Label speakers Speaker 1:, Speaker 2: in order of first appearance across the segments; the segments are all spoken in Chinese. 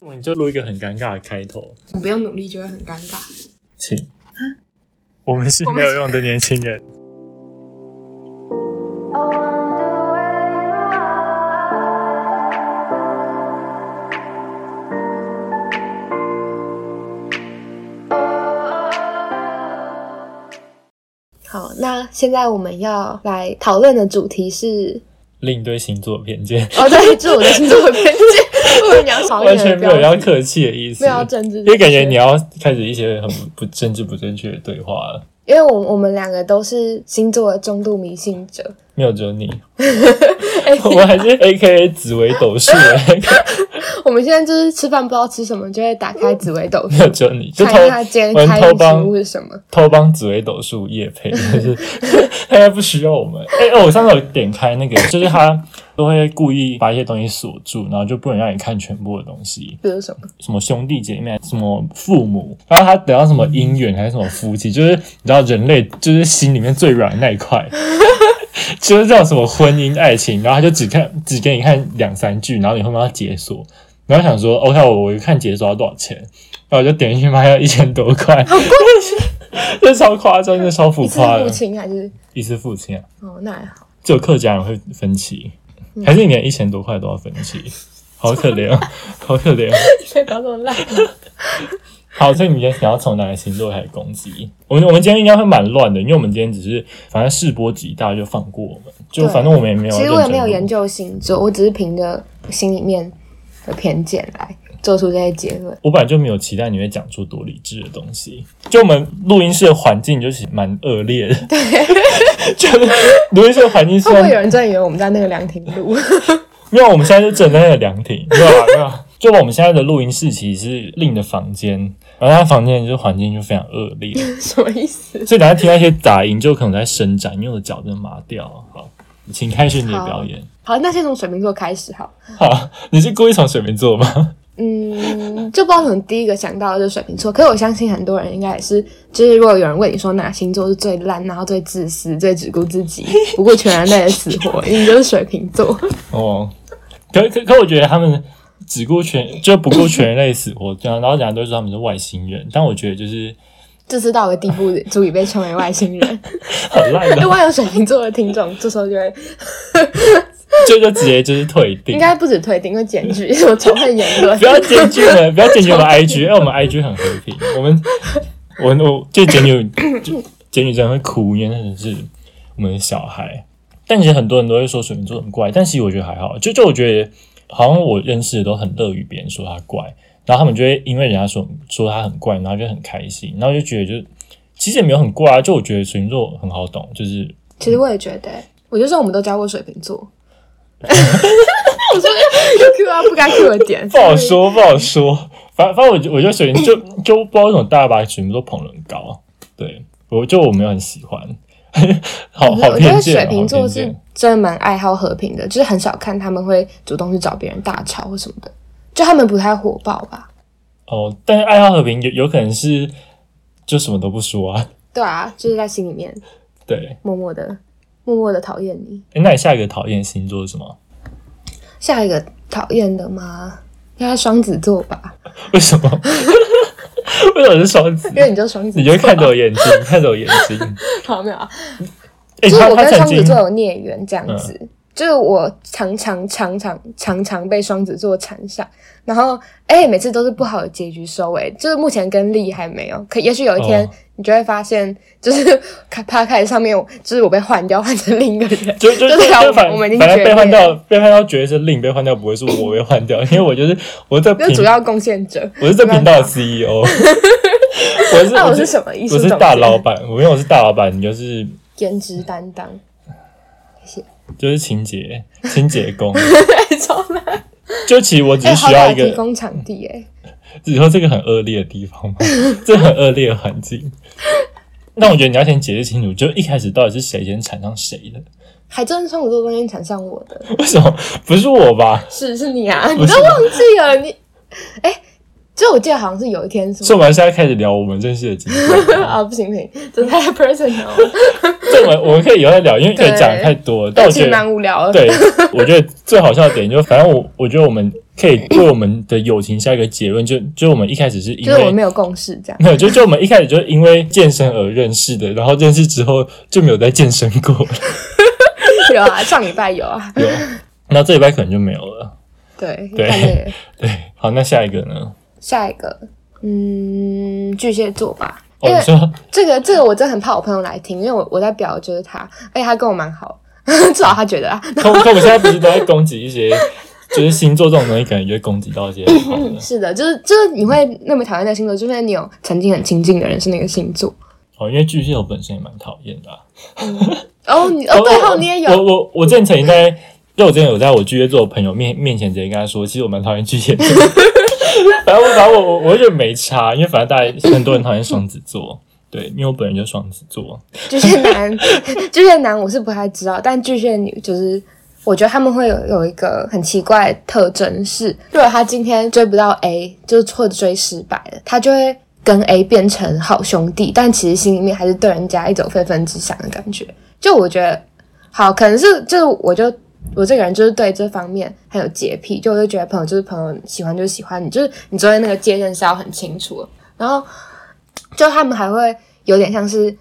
Speaker 1: 我们就录一个很尴尬的开头，
Speaker 2: 我不用努力就会很尴尬。
Speaker 1: 请。
Speaker 2: 啊
Speaker 1: 我们是没有用的年轻人。
Speaker 2: 好，那现在我们要来讨论的主题是，
Speaker 1: 另一对星座偏见，
Speaker 2: 哦，对，这是我的星座偏见， 我们聊讨
Speaker 1: 完
Speaker 2: 论的
Speaker 1: 全没
Speaker 2: 标
Speaker 1: 有要
Speaker 2: 准，
Speaker 1: 客气的意思，
Speaker 2: 没有要政治，
Speaker 1: 因为感觉你，要开始一些很不政治不正确的对话了。
Speaker 2: 因为我我们两个都是星座的中度迷信者，
Speaker 1: 没有，只有你，
Speaker 2: 哎
Speaker 1: 我还是 A K A 紫薇斗数的那 个，
Speaker 2: 我们现在就是吃饭不知道吃什么，就会打开紫微斗
Speaker 1: 没
Speaker 2: 数，
Speaker 1: 有，只有你， 就偷
Speaker 2: 看一下今天
Speaker 1: 我们
Speaker 2: 开
Speaker 1: 偷
Speaker 2: 运食
Speaker 1: 帮
Speaker 2: 物是什么。
Speaker 1: 偷帮紫薇斗数夜配，就是 大家不需要我们。哎、哦，我上次有点开那个，就是他都会故意把一些东西锁住，然后就不能让你看全部的东西，
Speaker 2: 比如什么？
Speaker 1: 什么兄弟姐妹，什么父母，然后他等到什么姻缘还是什么夫妻，就是你知道人类就是心里面最软的那一块。 就是这种什么婚姻爱情，然后他就只看只给你看两三句，然后你会帮他解锁，然后想说，OK，我我看解锁要多少钱，然后我就点进去买要一千多块， 这超夸张，这超浮
Speaker 2: 一次
Speaker 1: 夸
Speaker 2: 父
Speaker 1: 的，
Speaker 2: 亲还是
Speaker 1: 一次付清啊，
Speaker 2: 哦，那还好。
Speaker 1: 只有客家人会分期，还是你连一千多块都要分期，好可怜，哦，好可怜。哦。
Speaker 2: 所以不要这么
Speaker 1: 哎
Speaker 2: 烂。
Speaker 1: 好，所以你今天想要从哪个星座开始攻击？我们我们今天应该会蛮乱的，因为我们今天只是反正试播集，大家就放过我们，就
Speaker 2: 对
Speaker 1: 反正我们也没有。
Speaker 2: 其实我也没有研。究星座，我只是凭着心里面的偏见来做出这些结论。
Speaker 1: 我本来就没有期待你会讲出多理智的东西，就我们录音室的环境就是蛮恶劣的，对， 就是录音室的环境虽
Speaker 2: 会不
Speaker 1: 然
Speaker 2: 会有人真的以为我们在那个凉亭录？
Speaker 1: 没有，我们现在是正在凉亭，没有啊，没有啊。就我们现在的录音室其实是另一的房间，然后他房间就是环境就非常恶劣，
Speaker 2: 什么意思？
Speaker 1: 所以等下听到一些杂音，就可能在伸展，因为我的脚真的麻掉了。好，请开始你的表演。
Speaker 2: 好，那先从水瓶座开始好。
Speaker 1: 好，你是故意从水瓶座吗？
Speaker 2: 嗯，就不知道从第一个想到的就是水瓶座，可是我相信很多人应该也是，就是如果有人问你说哪星座是最烂，然后最自私、最只顾自己、不顾全人类的死活，因为你就是水瓶座。
Speaker 1: 哦，可可可，我觉得他们只顾全，就不顾全人类死活，这样，然后人家都说他们是外星人，但我觉得就是
Speaker 2: 自私到个地步，足以被称为外星人。
Speaker 1: 很烂
Speaker 2: 如
Speaker 1: 的，
Speaker 2: 果有水瓶座的听众，这时候就会
Speaker 1: 就就直接就是退订
Speaker 2: 应。该不止退订，会检举什么仇恨言论
Speaker 1: 嗯不。要检举我们，不要检举我们 IG，哎，我们 IG 很和平，我们我我就检举就检举真的会哭，因为那只是我们的小孩。但其实很多人都会说水瓶座很怪，但其实我觉得还好，就就我觉得好像我认识的都很乐于别人说他怪，然后他们就会因为人家说说他很怪，然后就很开心，然后就觉得就其实也没有很怪啊，就我觉得水瓶座很好懂，就是
Speaker 2: 其实我也觉得、欸我就说我们都教过水瓶座。 我说 又 Q 到不该 Q 的点，
Speaker 1: 不好。说，不好说。反反正我就我就水瓶就就不知道为什么大家把水瓶座捧得很高，对我就我没有很喜欢， 哦好好
Speaker 2: 我觉
Speaker 1: 偏
Speaker 2: 得
Speaker 1: 见，啊
Speaker 2: 水瓶
Speaker 1: 好
Speaker 2: 座
Speaker 1: 偏
Speaker 2: 是
Speaker 1: 见。
Speaker 2: 真的蛮爱好和平的，就是很少看他们会主动去找别人大吵或什么的，就他们不太火爆吧？
Speaker 1: 哦，但是爱好和平有有可能是就什么都不说啊，
Speaker 2: 对啊，就是在心里面
Speaker 1: 对。
Speaker 2: 默默的、默默的讨厌你。
Speaker 1: 诶那你下一个讨厌星座是什么？
Speaker 2: 下一个讨厌的吗？应该是双子座吧，
Speaker 1: 为什么？ 为什么是双子？
Speaker 2: 因为你就是双子座。
Speaker 1: 你就看着我眼睛， 看着我眼睛。
Speaker 2: 好没有啊？
Speaker 1: 哎、
Speaker 2: 就是
Speaker 1: 他
Speaker 2: 我
Speaker 1: 他
Speaker 2: 跟
Speaker 1: 曾
Speaker 2: 双子
Speaker 1: 经嗯
Speaker 2: 座有孽缘这样子，就是我常常常常常常被双子座缠上，然后哎、每次都是不好的结局收尾，就是目前跟利还没有，可也许有一天
Speaker 1: 哦
Speaker 2: 你就会发现，就是 p 趴开上面，就是我被换掉，换成另一个人，
Speaker 1: 就就
Speaker 2: 就
Speaker 1: 就是就
Speaker 2: 反
Speaker 1: 反
Speaker 2: 我们已经
Speaker 1: 反正
Speaker 2: 决
Speaker 1: 被
Speaker 2: 裂
Speaker 1: 换掉，被换掉绝对是令被换掉，不会是我被换掉，因为我就是我在
Speaker 2: 就是
Speaker 1: 频
Speaker 2: 主要贡献者。
Speaker 1: 我是这频道的 CEO，我 是
Speaker 2: 那我
Speaker 1: 我
Speaker 2: 是什么艺术
Speaker 1: 我是
Speaker 2: 总
Speaker 1: 大
Speaker 2: 监
Speaker 1: 老板，我因为我是大老板，你就是
Speaker 2: 颜值担当，
Speaker 1: 就是清洁清洁 工，
Speaker 2: 超烂！
Speaker 1: 就其实我只
Speaker 2: 哎、
Speaker 1: 是
Speaker 2: 好
Speaker 1: 需要
Speaker 2: 歹
Speaker 1: 一
Speaker 2: 提
Speaker 1: 个，
Speaker 2: 供场地哎、
Speaker 1: 只说这个很恶劣的地 方嘛，这很恶劣的环境。那我觉得你要先解释清楚，就一开始到底是谁先缠上谁的？
Speaker 2: 还真是双子座中间缠上我的，嗯
Speaker 1: 为什么不是我吧？
Speaker 2: 是是你啊，
Speaker 1: 不
Speaker 2: 你
Speaker 1: 是
Speaker 2: 都忘记了你？哎、就我记得好像是有一天什
Speaker 1: 所以
Speaker 2: 么
Speaker 1: 我们现在开始聊我们认识的经历。
Speaker 2: 啊，不行不行，这太 personal，了
Speaker 1: 这我们我们可以以后再聊，因为可以
Speaker 2: 对
Speaker 1: 讲太多了。但我
Speaker 2: 其
Speaker 1: 觉
Speaker 2: 实
Speaker 1: 得，
Speaker 2: 蛮无聊 的。
Speaker 1: 对，我觉得最好笑的点就，反正我我觉得我们可以对我们的友情下一个结论，就就我们一开始是因
Speaker 2: 就是我们
Speaker 1: 为。
Speaker 2: 没有共识这样。
Speaker 1: 没有，就就我们一开始就是因为健身而认识的，然后认识之后就没有再健身过 了，
Speaker 2: 有啊，上礼拜有啊，
Speaker 1: 有，然后这礼拜可能就没有了。
Speaker 2: 对，
Speaker 1: 对
Speaker 2: 看这个。
Speaker 1: 对，好，那下一个呢？
Speaker 2: 下一个，嗯，巨蟹座吧。
Speaker 1: 哦，
Speaker 2: 因为
Speaker 1: 你说
Speaker 2: 这个这个我真的很怕我朋友来听，因为我我在表就是他，而且他跟我蛮好， 至少他觉得啊，
Speaker 1: 可可我们现在不是都在攻击一些，就是星座这种东西，可能就会攻击到一些不好的。
Speaker 2: 是的，就是就是你会那么讨厌那个星座，就是因为你有曾经很亲近的人是那个星座。
Speaker 1: 哦，因为巨蟹我本身也蛮讨厌的啊、
Speaker 2: 哦，你哦，对哦，你也有，
Speaker 1: 我我我之前曾经在，就我之前有在我巨蟹座的朋友面面前直接跟他说，其实我蛮讨厌巨蟹座。反正我反正我我我就没差，因为反正大家很多人讨厌双子座，对，因为我本人就双子座。
Speaker 2: 巨蟹男， 巨蟹男我是不太知道，但巨蟹女就是。我觉得他们会有有一个很奇怪的特征是，如果他今天追不到 A，就是或者追失败了，他就会跟 A 变成好兄弟，但其实心里面还是对人家一种非分之想的感觉。就我觉得，好，可能是就是我就我这个人就是对这方面很有洁癖，就我就觉得朋友就是朋友，喜欢就是喜欢你，就是你中间那个界限是要很清楚的。然后就他们还会有点像是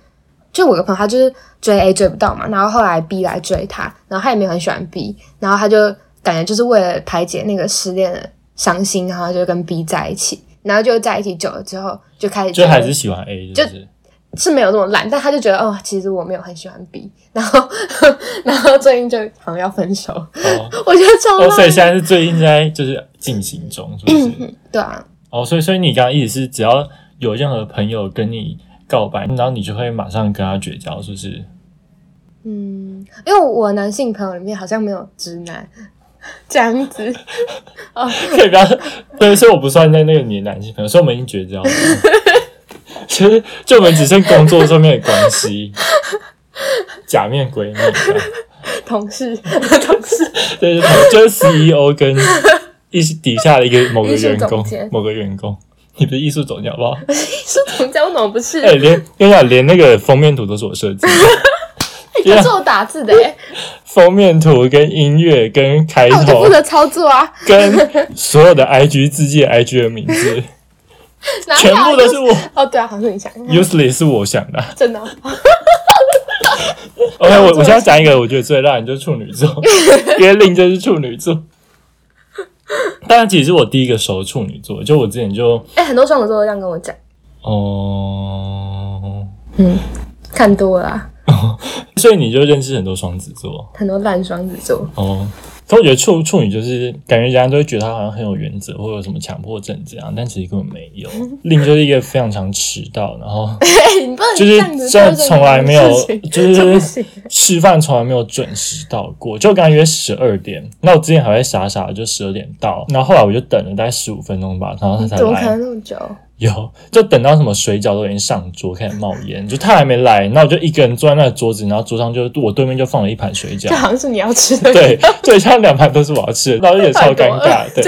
Speaker 2: 就我有个朋友，他就是追 A 追不到嘛，然后后来 B 来追他，然后他也没有很喜欢 B，然后他就感觉就是为了排解那个失恋的伤心，然后就跟 B 在一起，然后就在一起久了之后就开始
Speaker 1: 就
Speaker 2: 觉
Speaker 1: 还
Speaker 2: 得
Speaker 1: 是喜欢 A，就是
Speaker 2: 是没有这么烂，但他就觉得哦，其实我没有很喜欢 B，然后 然后最近就好像要分手，
Speaker 1: 哦
Speaker 2: 我觉得超
Speaker 1: 哦，所以
Speaker 2: 烂，
Speaker 1: 现在是最近在就是进行中，是不是？
Speaker 2: 对啊，
Speaker 1: 哦，所以所以你刚刚意思是，只要有任何朋友跟你告白，然后你就会马上跟他绝交，是不是？
Speaker 2: 嗯，因为我男性朋友里面好像没有直男这样子，
Speaker 1: 可以不要，对，所以我不算在那个你的男性朋友，所以我们已经绝交了。其实就我们只剩工作上面的关系，假面闺蜜这样，
Speaker 2: 同事同事
Speaker 1: 对，就是就是 CEO 跟一些底下的一个某个
Speaker 2: 艺术
Speaker 1: 员
Speaker 2: 总
Speaker 1: 工
Speaker 2: 监，
Speaker 1: 某个员工，你不是艺术总监好不好？
Speaker 2: 是同家，我怎么不是？
Speaker 1: 哎、连跟你讲，连那个封面图都是我设
Speaker 2: 哎
Speaker 1: 计的， 对
Speaker 2: 他
Speaker 1: 啊
Speaker 2: 是我哎打字的、欸，
Speaker 1: 封面图跟音乐跟开
Speaker 2: 那我就
Speaker 1: 头
Speaker 2: 负责操作啊，
Speaker 1: 跟所有的 IG 字界 IG 的名 字，
Speaker 2: 哪有
Speaker 1: 全部都是我
Speaker 2: 哦，对啊，好像是你想，
Speaker 1: ，useless 是我想的。
Speaker 2: 真的哦、
Speaker 1: OK，我我现在讲一个，我觉得最烂的就是处女座，约令就是处女座。当然，其实我第一个熟的处女座，就我之前就
Speaker 2: 哎、很多双子座都这样跟我讲，
Speaker 1: 哦，
Speaker 2: 嗯，看多了啊、
Speaker 1: 所以你就认识很多双子座
Speaker 2: 很多烂双子座，
Speaker 1: 哦。可我觉得处处女就是感觉人家都会觉得他好像很有原则，或者有什么强迫症这样，但其实根本没有。令就是一个非常常迟到，然后
Speaker 2: 哎，你不 能
Speaker 1: 就
Speaker 2: 这
Speaker 1: 是
Speaker 2: 样子
Speaker 1: 真的
Speaker 2: 做这种
Speaker 1: 从来没有
Speaker 2: 事情，
Speaker 1: 就
Speaker 2: 这
Speaker 1: 是
Speaker 2: 不行
Speaker 1: 吃饭从来没有准时到过，就刚约十二点，那我之前还会傻傻的就十二点到，然后后来我就等了大概十五分钟吧，然后他才
Speaker 2: 怎么可
Speaker 1: 来
Speaker 2: 能，那么久？
Speaker 1: 有就等到什么水饺都已经上桌开始冒烟，就他还没来，那我就一个人坐在那个桌子，然后桌上就我对面就放了一盘水饺
Speaker 2: 这，好像是你要吃 的，
Speaker 1: 对，对，像两盘都是我要吃的，然后有点超尴尬，对。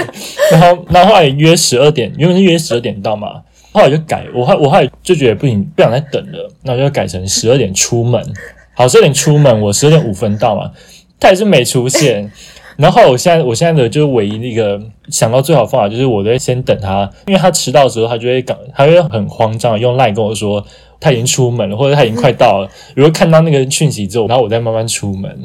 Speaker 1: 然后，然后后来约十二点，原本是约十二点到嘛，后来就改，我后我后来就觉得不行，不想再等了，那我就改成十二点出门。好，十二点出门，我十二点五分到嘛，他也是没出现。 然后后来我现在我现在的就是唯一那个想到最好的方法，就是我都会先等他，因为他迟到的时候，他就会赶，他会很慌张，用 line 跟我说他已经出门了，或者他已经快到了。如果看到那个讯息之后，然后我再慢慢出门。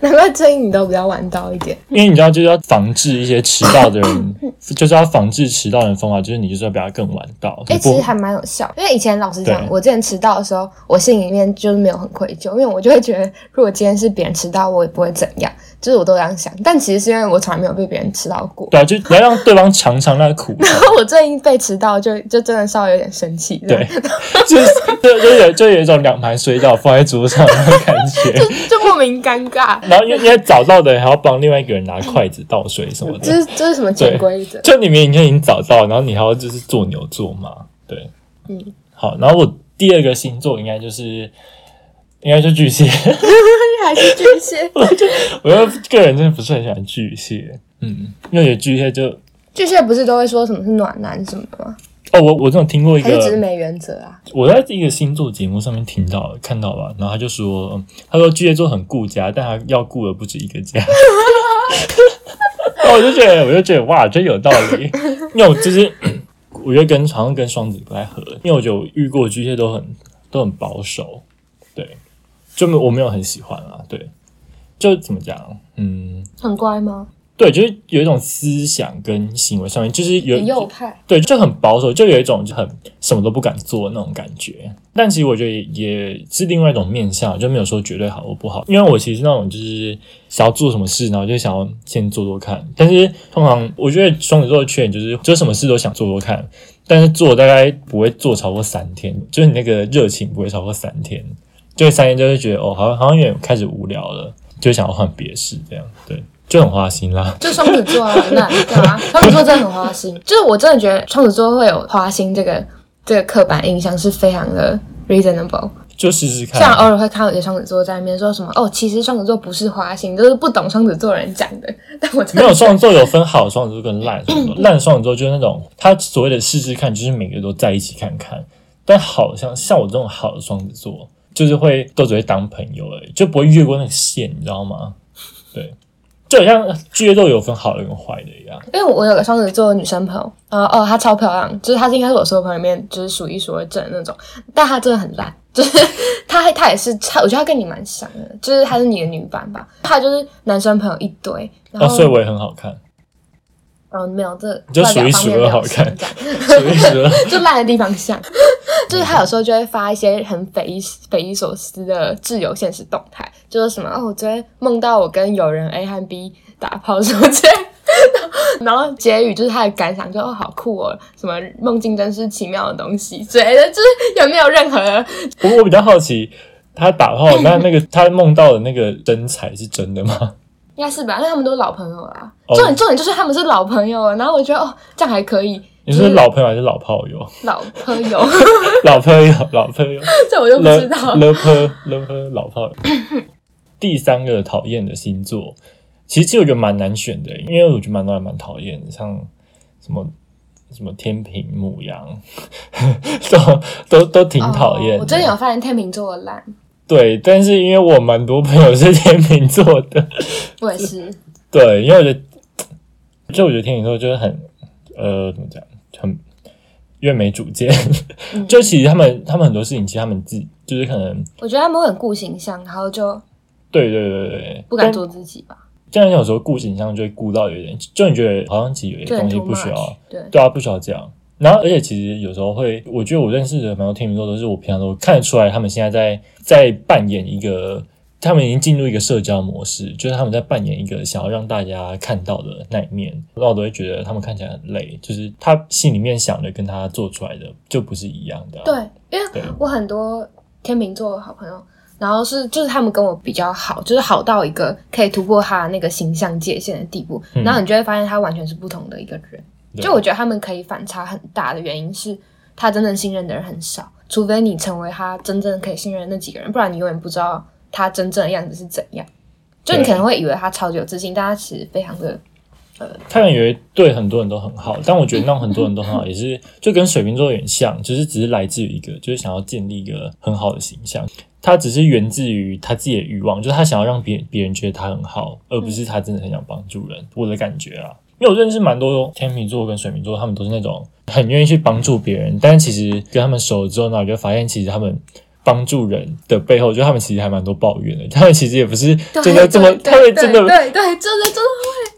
Speaker 2: 难怪最近你都比较晚到一点。
Speaker 1: 因为你知道，就是要防治一些迟到的人， 就是要防治迟到的人的方法，就是你就是要比他更晚到。
Speaker 2: 哎、
Speaker 1: 你
Speaker 2: 其
Speaker 1: 不
Speaker 2: 实还蛮有效，因为以前老实讲，
Speaker 1: 对
Speaker 2: 我之前迟到的时候，我心里面就是没有很愧疚，因为我就会觉得，如果今天是别人迟到，我也不会怎样，就是我都这样想。但其实是因为我从来没有被别人迟到 过，
Speaker 1: 对啊，就你要让对方尝尝那个 苦头。
Speaker 2: 我最近被迟到就就真的稍微有点生气，这样
Speaker 1: 对， 就是就就有就有一种两盘水饺放在桌上的那种感觉。
Speaker 2: 就莫名尴尬，
Speaker 1: 然后因为因为早到的人还要帮另外一个人拿筷子倒水什么
Speaker 2: 这
Speaker 1: 的，
Speaker 2: 是这是什么潜规则？
Speaker 1: 就你明明就已经早到，然后你还要就是做牛做马。对，
Speaker 2: 嗯，
Speaker 1: 好。然后我第二个星座应该就是应该就巨蟹。
Speaker 2: 还是巨 蟹？
Speaker 1: 我就个人真的不是很喜欢巨蟹，嗯，因为我觉得巨蟹就
Speaker 2: 巨蟹不是都会说什么是暖男什么的吗？
Speaker 1: 哦，我我这种听过一
Speaker 2: 还是只是
Speaker 1: 个，
Speaker 2: 没原则啊？
Speaker 1: 我在一个星座节目上面听到的看到吧，然后他就说，嗯他说巨蟹座很顾家，但他要顾的不止一个家。 然后我就觉得，我就觉得哇，真有道理。因为我就是 我觉得跟好像跟双子不太合，因为我就遇过巨蟹都很都很保守，对，就没我没有很喜欢啦，对，就怎么讲，嗯，
Speaker 2: 很乖吗？
Speaker 1: 对，就是有一种思想跟行为上面，就是有
Speaker 2: 很右派，
Speaker 1: 对，就很保守，就有一种就很什么都不敢做的那种感觉。但其实我觉得也也是另外一种面向，就没有说绝对好或不好。因为我其实那种就是想要做什么事，然后就想要先做做看。但是通常我觉得双子座的缺点就是，就什么事都想做做看，但是做大概不会做超过三天，就是你那个热情不会超过三天，就三天就会觉得哦，好像好像有点开始无聊了，就想要换别的事这样，对，就很花心啦。
Speaker 2: 就双子座啊，那你干嘛？双子座真的很花心， 就是我真的觉得双子座会有花心这个这个刻板印象是非常的 reasonable。
Speaker 1: 就试试看。
Speaker 2: 像偶尔会看到有些双子座在那边说什么哦，其实双子座不是花心，就是不懂双子座人讲的。 但我真
Speaker 1: 没
Speaker 2: 的
Speaker 1: 有双子座有分好双子座跟烂双子座，烂双子座就是那种他所谓的试试看，就是每个都在一起看看。但好像像我这种好的双子座，就是会都只会当朋友而已，就不会越过那个线，你知道吗？对，就好像巨蟹座有分好的跟坏的一样。
Speaker 2: 因为我有个双子座的女生朋友，呃哦，她超漂亮，就是她应该是我所有朋友里面就是数一数二正的那种，但她真的很烂，就是她她也是差，我觉得她跟你蛮像的，就是她是你的女版吧，她就是男生朋友一堆，然
Speaker 1: 哦，
Speaker 2: 后
Speaker 1: 所以我也很好看，
Speaker 2: 嗯、没有这
Speaker 1: 你就
Speaker 2: 外表
Speaker 1: 数一
Speaker 2: 方
Speaker 1: 数
Speaker 2: 面没
Speaker 1: 二
Speaker 2: 有
Speaker 1: 好
Speaker 2: 像
Speaker 1: 看
Speaker 2: 这样
Speaker 1: 所以说
Speaker 2: 就烂的地方像， 就是他有时候就会发一些很匪夷匪夷所思的挚友现实动态，就是什么哦，我昨天梦到我跟友人 A 和 B 打炮什么之类的。然后结语就是他的感想，就哦好酷哦，什么梦境真是奇妙的东西之类的，就是有没有任何的
Speaker 1: 不过我比较好奇，他打炮那那个他梦到的那个身材是真的吗？
Speaker 2: 应该是吧？因为他们都是老朋友啦。
Speaker 1: 哦
Speaker 2: 重点重点就是他们是老朋友了，然后我觉得哦这样还可以，
Speaker 1: 你是老朋友还是老炮 友？
Speaker 2: 老朋友，
Speaker 1: 老朋友，老朋友。
Speaker 2: 这我就不
Speaker 1: 了
Speaker 2: 知道了。
Speaker 1: 了呵了呵老 炮。第三个讨厌的星座，其实我觉得蛮难选的，因为我觉得蛮多人蛮讨厌的，像什么什么天平、母羊， 都都都挺讨厌、
Speaker 2: 哦我最近有发现天秤座的烂，
Speaker 1: 对，但是因为我蛮多朋友是天秤座的，
Speaker 2: 我也是。
Speaker 1: 对，因为我觉得，就我觉得天秤座就是很呃怎么讲，很越没主见，
Speaker 2: 嗯
Speaker 1: 就其实他们他们很多事情，其实他们自己就是可能
Speaker 2: 我觉得他们会很顾形象，然后就
Speaker 1: 对对对对对，
Speaker 2: 不
Speaker 1: 但
Speaker 2: 敢做自己吧，
Speaker 1: 这样有时候顾形象就会顾到有点，就你觉得好像其实有
Speaker 2: 就
Speaker 1: 些
Speaker 2: 很
Speaker 1: 东西
Speaker 2: too
Speaker 1: 不需
Speaker 2: much
Speaker 1: 要，。
Speaker 2: 对，
Speaker 1: 对啊，不需要这样。然后，而且其实有时候会，我觉得我认识的蛮多天秤座都是我平常都看得出来，他们现在在在扮演一个，他们已经进入一个社交模式，就是他们在扮演一个想要让大家看到的那一面。然后我都会觉得他们看起来很累，就是他心里面想的跟他做出来的就不是一样的啊、
Speaker 2: 对，因
Speaker 1: 对
Speaker 2: 为我很多天秤座的好朋友，然后是就是他们跟我比较好，就是好到一个可以突破他那个形象界限的地步，
Speaker 1: 嗯
Speaker 2: 然后你就会发现他完全是不同的一个人。
Speaker 1: 对
Speaker 2: 就我觉得他们可以反差很大的原因是，他真正信任的人很少，除非你成为他真正可以信任的那几个人，不然你永远不知道他真正的样子是怎样。就你
Speaker 1: 对
Speaker 2: 可能会以为他超级有自信，但他其实非常的
Speaker 1: 他们以为对很多人都很好，但我觉得那种很多人都很好，也是就跟水瓶座有点像，就是只是来自于一个就是想要建立一个很好的形象，他只是源自于他自己的欲望，就是他想要让别别人觉得他很好，而不是他真的很想帮助人。我的感觉啊，因为我认识蛮多天秤座跟水瓶座，他们都是那种很愿意去帮助别人，但是其实跟他们熟了之后呢，我就发现其实他们。帮助人的背后，就他们其实还蛮多抱怨的。他们其实也不是真的 这么，
Speaker 2: 对
Speaker 1: 他们
Speaker 2: 对
Speaker 1: 真的，
Speaker 2: 对对对，真的真的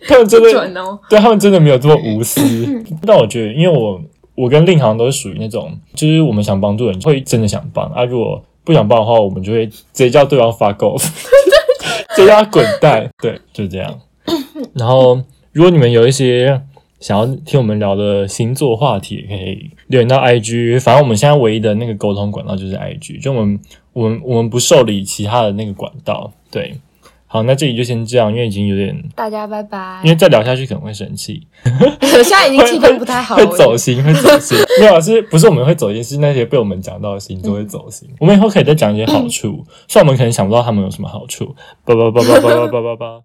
Speaker 1: 他们真的
Speaker 2: 不 准哦。
Speaker 1: 对他们真的没有这么无私。 但我觉得，因为我我跟令航都是属于那种，就是我们想帮助人会真的想帮啊，如果不想帮的话，我们就会直接叫对方发 off，直接叫他滚蛋。对，就这样。然后，如果你们有一些想要听我们聊的星座话题，也可以留言到 IG。反正我们现在唯一的那个沟通管道就是 IG，就我们我们我们不受理其他的那个管道。对，好，那这里就先这样，因为已经有点
Speaker 2: 大家拜拜
Speaker 1: 因。为再聊下去可能会生气，
Speaker 2: 我 现在已经气氛不太好 了，
Speaker 1: 会
Speaker 2: 我
Speaker 1: 走心，会走 心。没有啊，是不是我们会走心？是那些被我们讲到的星座会走
Speaker 2: 嗯
Speaker 1: 心。我们以后可以再讲一些好处，虽然我们可能想不到他们有什么好处。叭叭叭叭叭叭叭叭叭。